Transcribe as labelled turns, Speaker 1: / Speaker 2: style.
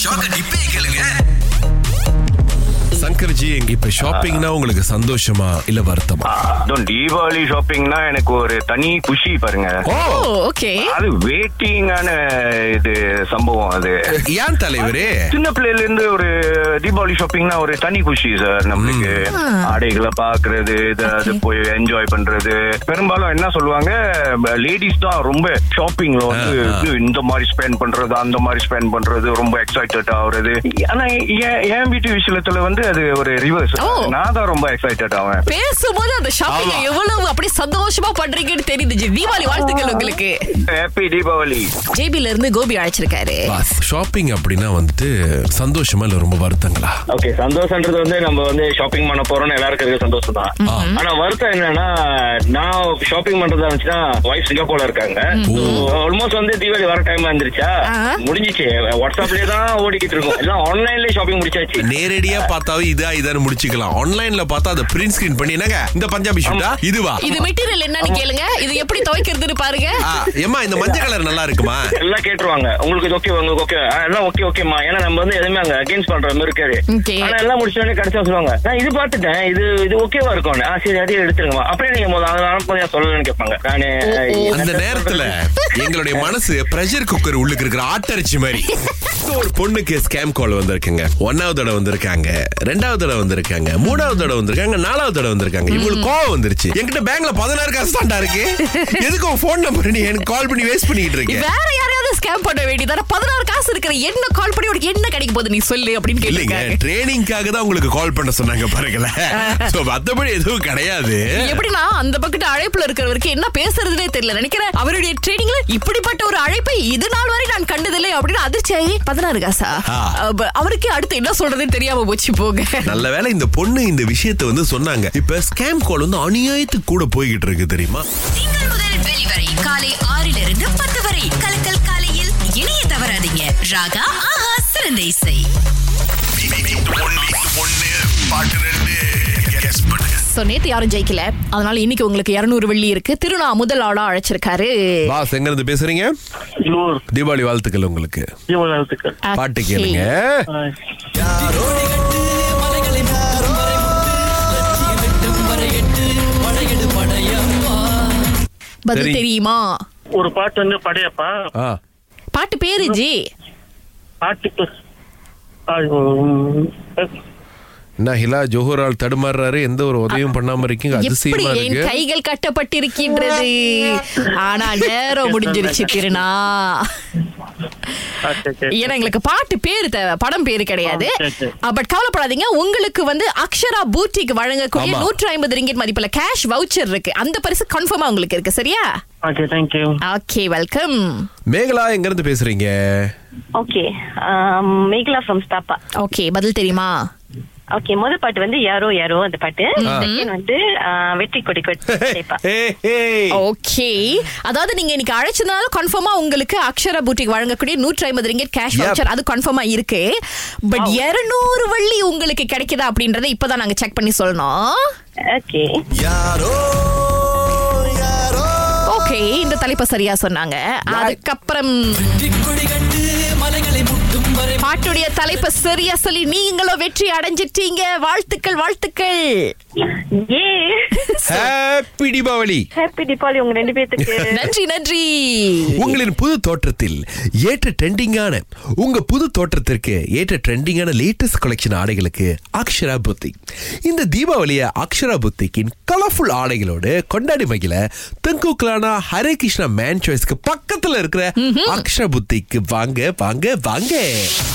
Speaker 1: ஷாக்க டிப்பே கேளுங்க
Speaker 2: சங்கர்ஜி இப்ப ஷாப்பிங்னா உங்களுக்கு சந்தோஷமா இல்ல வருத்தமா
Speaker 3: அதுவும் தீபாவளி ஷாப்பிங்னா எனக்கு ஒரு தனி குஷி பாருங்க
Speaker 2: ஓ
Speaker 4: ஓ ஓகே
Speaker 3: அது வெயிட்டிங்கான இது சம்பவம் அது
Speaker 2: ஏன் தலைவரே
Speaker 3: சின்ன பிள்ளையில இருந்து ஒரு தீபாவளி ஷாப்பிங்னா ஒரு தனி குஷி சார் நம்மளுக்கு ஆடைகளை பாக்குறது இது அது போய் என்ஜாய் பண்றது பெரும்பாலும் என்ன சொல்லுவாங்க லேடிஸ் தான் ரொம்ப ஷாப்பிங்ல வந்து
Speaker 2: ஆ, ஆ.
Speaker 3: இது இந்த மாதிரி ஸ்பெண்ட் பண்றது அந்த மாதிரி ஸ்பெண்ட் பண்றது ரொம்ப எக்ஸைட்டட் ஆகுறது ஆனா என்- என் வீட்டு விஷயத்துல வந்து அது ஒரு ரிவர்ஸ்
Speaker 4: ஓ.
Speaker 3: நான் தான் ரொம்ப எக்ஸைட்டட் ஆவேன்
Speaker 4: பேசும்போது அந்த ஷாப்பிங் எவ்வளவு அப்படியே சந்தோஷமா பண்றீங்கன்னு தெரியுது ஜி. தீபாவளி வாழ்த்துக்கள் உங்களுக்கு
Speaker 3: ஹாப்பி தீபாவளி
Speaker 4: ஜேபில இருந்து கோபி அழைச்சிருக்காரு
Speaker 2: பாஸ் ஷாப்பிங் அப்படின்னா வந்துட்டு சந்தோஷமா இல்ல ரொம்ப வருத்தங்களா
Speaker 5: ஓகே சந்தோஷம்ன்றது வந்து நம்ம வந்து ஷாப்பிங் பண்ண போறோம்னு எல்லாருக்கும் இருக்க சந்தோஷம் தான் ஆனா வருத்தம் என்னன்னா நான் ஷாப்பிங் பண்றதா இருந்துச்சுன்னா ஒய்ஃப் சிங்கப்பூர்ல இருக்காங்க ஆல்மோஸ்ட் வந்து தீபாவளி வர டைம் வந்துருச்சா
Speaker 4: ஆ.
Speaker 5: முடிஞ்சிச்சு வாட்ஸ்அப்லயே தான் ஓடிக்கிட்டு இருக்கோம் எல்லாம் ஆன்லைன்லயே ஷாப்பிங் முடிச்சாச்சு
Speaker 2: நேரடியா பார்த்தாவே இதா இதான்னு முடிச்சுக்கலாம் ஆன்லைன்ல பார்த்தா அதை பிரிண்ட் ஸ்கிரீன் பண்ணி என்னங்க இந்த பஞ்சாபி ஷூட்டா இதுவா
Speaker 4: இது மெட்டீரியல் என்னன்னு கேளுங்க இது எப்படி துவைக்கிறதுன்னு பாருங்க
Speaker 2: ஆ, எம்மா இந்த மஞ்சள் கலர் நல்லா இருக்குமா
Speaker 5: எல்லாம் கேட்டுருவாங்க உங்களுக்கு ஓகே உங்களுக்கு ஓகே எல்லாம் ஓகே ஓகேமா ஏன்னா நம்ம வந்து எதுவுமே அங்க அகேன்ஸ்ட் பண்ற மாதிரி இருக்காது
Speaker 4: Okay.
Speaker 5: ஆனா எல்லாம் முடிச்ச உடனே கடைசியா சொல்லுவாங்க நான் இது பார்த்துட்டேன் இது இது ஓகேவா இருக்கும் ஆ சரி அதே எடுத்துருங்கம்மா அப்படியே நீங்க முதல்ல அதை அனுப்புங்க சொல்லணும்னு கேட்பாங்க நானு
Speaker 2: அந்த நேரத்துல எங்களுடைய மனசு பிரஷர் குக்கர் உள்ளுக்கு இருக்கிற ஆட்டரிச்சி மாதிரி So, ஒரு பொண்ணுக்கு ஸ்கேம் கால் வந்திருக்குங்க ஒன்னாவது தடவை வந்திருக்காங்க ரெண்டாவது தடவை வந்திருக்காங்க மூணாவது தடவை வந்திருக்காங்க நாலாவது தடவை வந்திருக்காங்க இவங்களுக்கு கோவம் வந்துருச்சு என்கிட்ட பேங்க்ல பதினாறு காசு தாண்டா இருக்கு எதுக்கு உன் போன் நம்பர் நீ எனக்கு கால் பண்ணி வேஸ்ட் பண்ணிட்டு இருக்கீங்க
Speaker 4: வேற யாரையாவது ஸ்கேம் பண்ண வேண்டியதான பதினாறு காசு இருக்கிற என்ன கால் பண்ணி உனக்கு என்ன கிடைக்க போகுது நீ சொல்லு அப்படின்னு
Speaker 2: இல்லைங்க
Speaker 4: கேட்டிருக்காரு
Speaker 2: ட்ரைனிங்காக தான் உங்களுக்கு கால் பண்ண சொன்னாங்க பாருங்களேன் சோ மத்தபடி எதுவும் கிடையாது
Speaker 4: எப்படின்னா அந்த பக்கத்து அழைப்புல இருக்கிறவருக்கு என்ன பேசுறதுனே தெரியல நினைக்கிறேன் அவருடைய ட்ரெயினிங்ல இப்படிப்பட்ட ஒரு அழைப்பை இது நாள் வரை நான் கண்டதில்லை அப்படின்னு அதிர்ச்சியாயி பதினாறு காசா
Speaker 2: ஆ.
Speaker 4: அப்ப அவருக்கே அடுத்து என்ன சொல்றதுன்னு தெரியாம போச்சு போங்க
Speaker 2: நல்ல வேளை இந்த பொண்ணு இந்த விஷயத்தை வந்து சொன்னாங்க இப்ப ஸ்கேம் கால் வந்து அநியாயத்துக்கு கூட போய்கிட்டு இருக்கு தெரியுமா
Speaker 6: திங்கள் முதல் வெளிவரை காலை ஆறிலிருந்து பத்து வரை கலக்கல் காலையில் இணைய தவறாதீங்க ராகா ஆஹா சிறந்த இசை
Speaker 1: ஒன்னு பாட்டு ரெண்டு கெஸ் பண்ணு
Speaker 4: சோ நேத்து யாரும் ஜெயிக்கல அதனால இன்னைக்கு உங்களுக்கு இருநூறு வெள்ளி இருக்கு திருநா முதல் ஆளா அழைச்சிருக்காரு
Speaker 2: பாஸ் எங்க இருந்து பேசுறீங்க
Speaker 7: இன்னொரு
Speaker 2: தீபாவளி வாழ்த்துக்கள் உங்களுக்கு
Speaker 7: தீபாவளி வாழ்த்துக்கள்
Speaker 2: பாட்டு கேளுங்க
Speaker 4: பதில்
Speaker 2: சரி.
Speaker 4: தெரியுமா
Speaker 7: ஒரு பாட்டு வந்து படையப்பா
Speaker 2: ஆ,
Speaker 4: பாட்டு பேரு ஜி
Speaker 7: பாட்டு பே- ஐயோ,
Speaker 5: oh, mm.
Speaker 7: உம்,
Speaker 2: என்ன ஹிலா ஜோஹரால் தடுமாறுறாரு எந்த ஒரு உதவியும் பண்ணாம இருக்கீங்க
Speaker 4: எப்படி
Speaker 2: அதிசயமா
Speaker 4: என்
Speaker 2: இருக்கு
Speaker 4: கைகள் கட்டப்பட்டிருக்கின்றது ஆனா நேரம் முடிஞ்சிருச்சு திருநா
Speaker 7: ஆ, சரி, சரி.
Speaker 4: ஏன்னா எங்களுக்கு பாட்டு பேரு தேவை படம் பேரு கிடையாது
Speaker 7: ஆ, சரி, சரி.
Speaker 4: பட் கவலைப்படாதீங்க உங்களுக்கு வந்து அக்ஷரா பூட்டிக்கு வழங்கக்கூடிய
Speaker 2: ஆமா.
Speaker 4: நூற்றி ஐம்பது ரிங்கிட் மதிப்புல கேஷ் வவுச்சர் இருக்கு அந்த பரிசு கன்ஃபார்மா உங்களுக்கு இருக்கு சரியா
Speaker 7: okay thank you
Speaker 4: okay welcome
Speaker 2: Mekala எங்க இருந்து பேசுறீங்க
Speaker 8: ஓகே um, மேகலா ஃப்ரம் ஸ்தாப்பா
Speaker 4: ஓகே பதில் தெரியுமா
Speaker 8: ஓகே முதல் பாட்டு வந்து யாரோ யாரோ அந்த பாட்டு செகண்ட் வந்து ஆ, வெற்றி கொடி கொடிப்பா
Speaker 2: ஹே, ஹே.
Speaker 4: ஓகே அதாவது நீங்க இன்னைக்கு அழைச்சதுனால கன்ஃபார்மா உங்களுக்கு அக்ஷரா பூட்டிக் வழங்கக்கூடிய நூற்றி ஐம்பது ரிங்கெட் கேஷ்
Speaker 2: Yep.
Speaker 4: வவுச்சர் அது கன்ஃபார்மா இருக்கு பட் 200 வள்ளி உங்களுக்கு கிடைக்குதா அப்படின்றத இப்பதான் நாங்க செக் பண்ணி சொல்லணும்
Speaker 8: ஓகே
Speaker 4: ஓகே இந்த தலைப்பை சரியா சொன்னாங்க அதுக்கப்புறம் பாட்டுடைய தலைப்பை சரியா சொல்லி நீங்களும் வெற்றி அடைஞ்சிட்டீங்க வாழ்த்துக்கள் வாழ்த்துக்கள்
Speaker 8: ஏ
Speaker 2: ஹாப்பி தீபாவளி
Speaker 8: ஹாப்பி தீபாவளி உங்க ரெண்டு பேத்துக்கு
Speaker 4: நன்றி நன்றி
Speaker 2: உங்களின் புது தோற்றத்தில் ஏற்ற ட்ரெண்டிங்கான உங்க புது தோற்றத்திற்கு ஏற்ற ட்ரெண்டிங்கான லேட்டஸ்ட் கலெக்ஷன் ஆடைகளுக்கு அக்ஷரா புத்திக் இந்த தீபாவளியை அக்ஷரா புத்திக்கின் கலர்ஃபுல் ஆடைகளோடு கொண்டாடி மகிழ தென்கூக்கலானா ஹரே கிருஷ்ணா மேன் சாய்ஸ்க்கு பக்கத்துல இருக்கிற அக்ஷரா புத்திக்கு வாங்க வாங்க வாங்க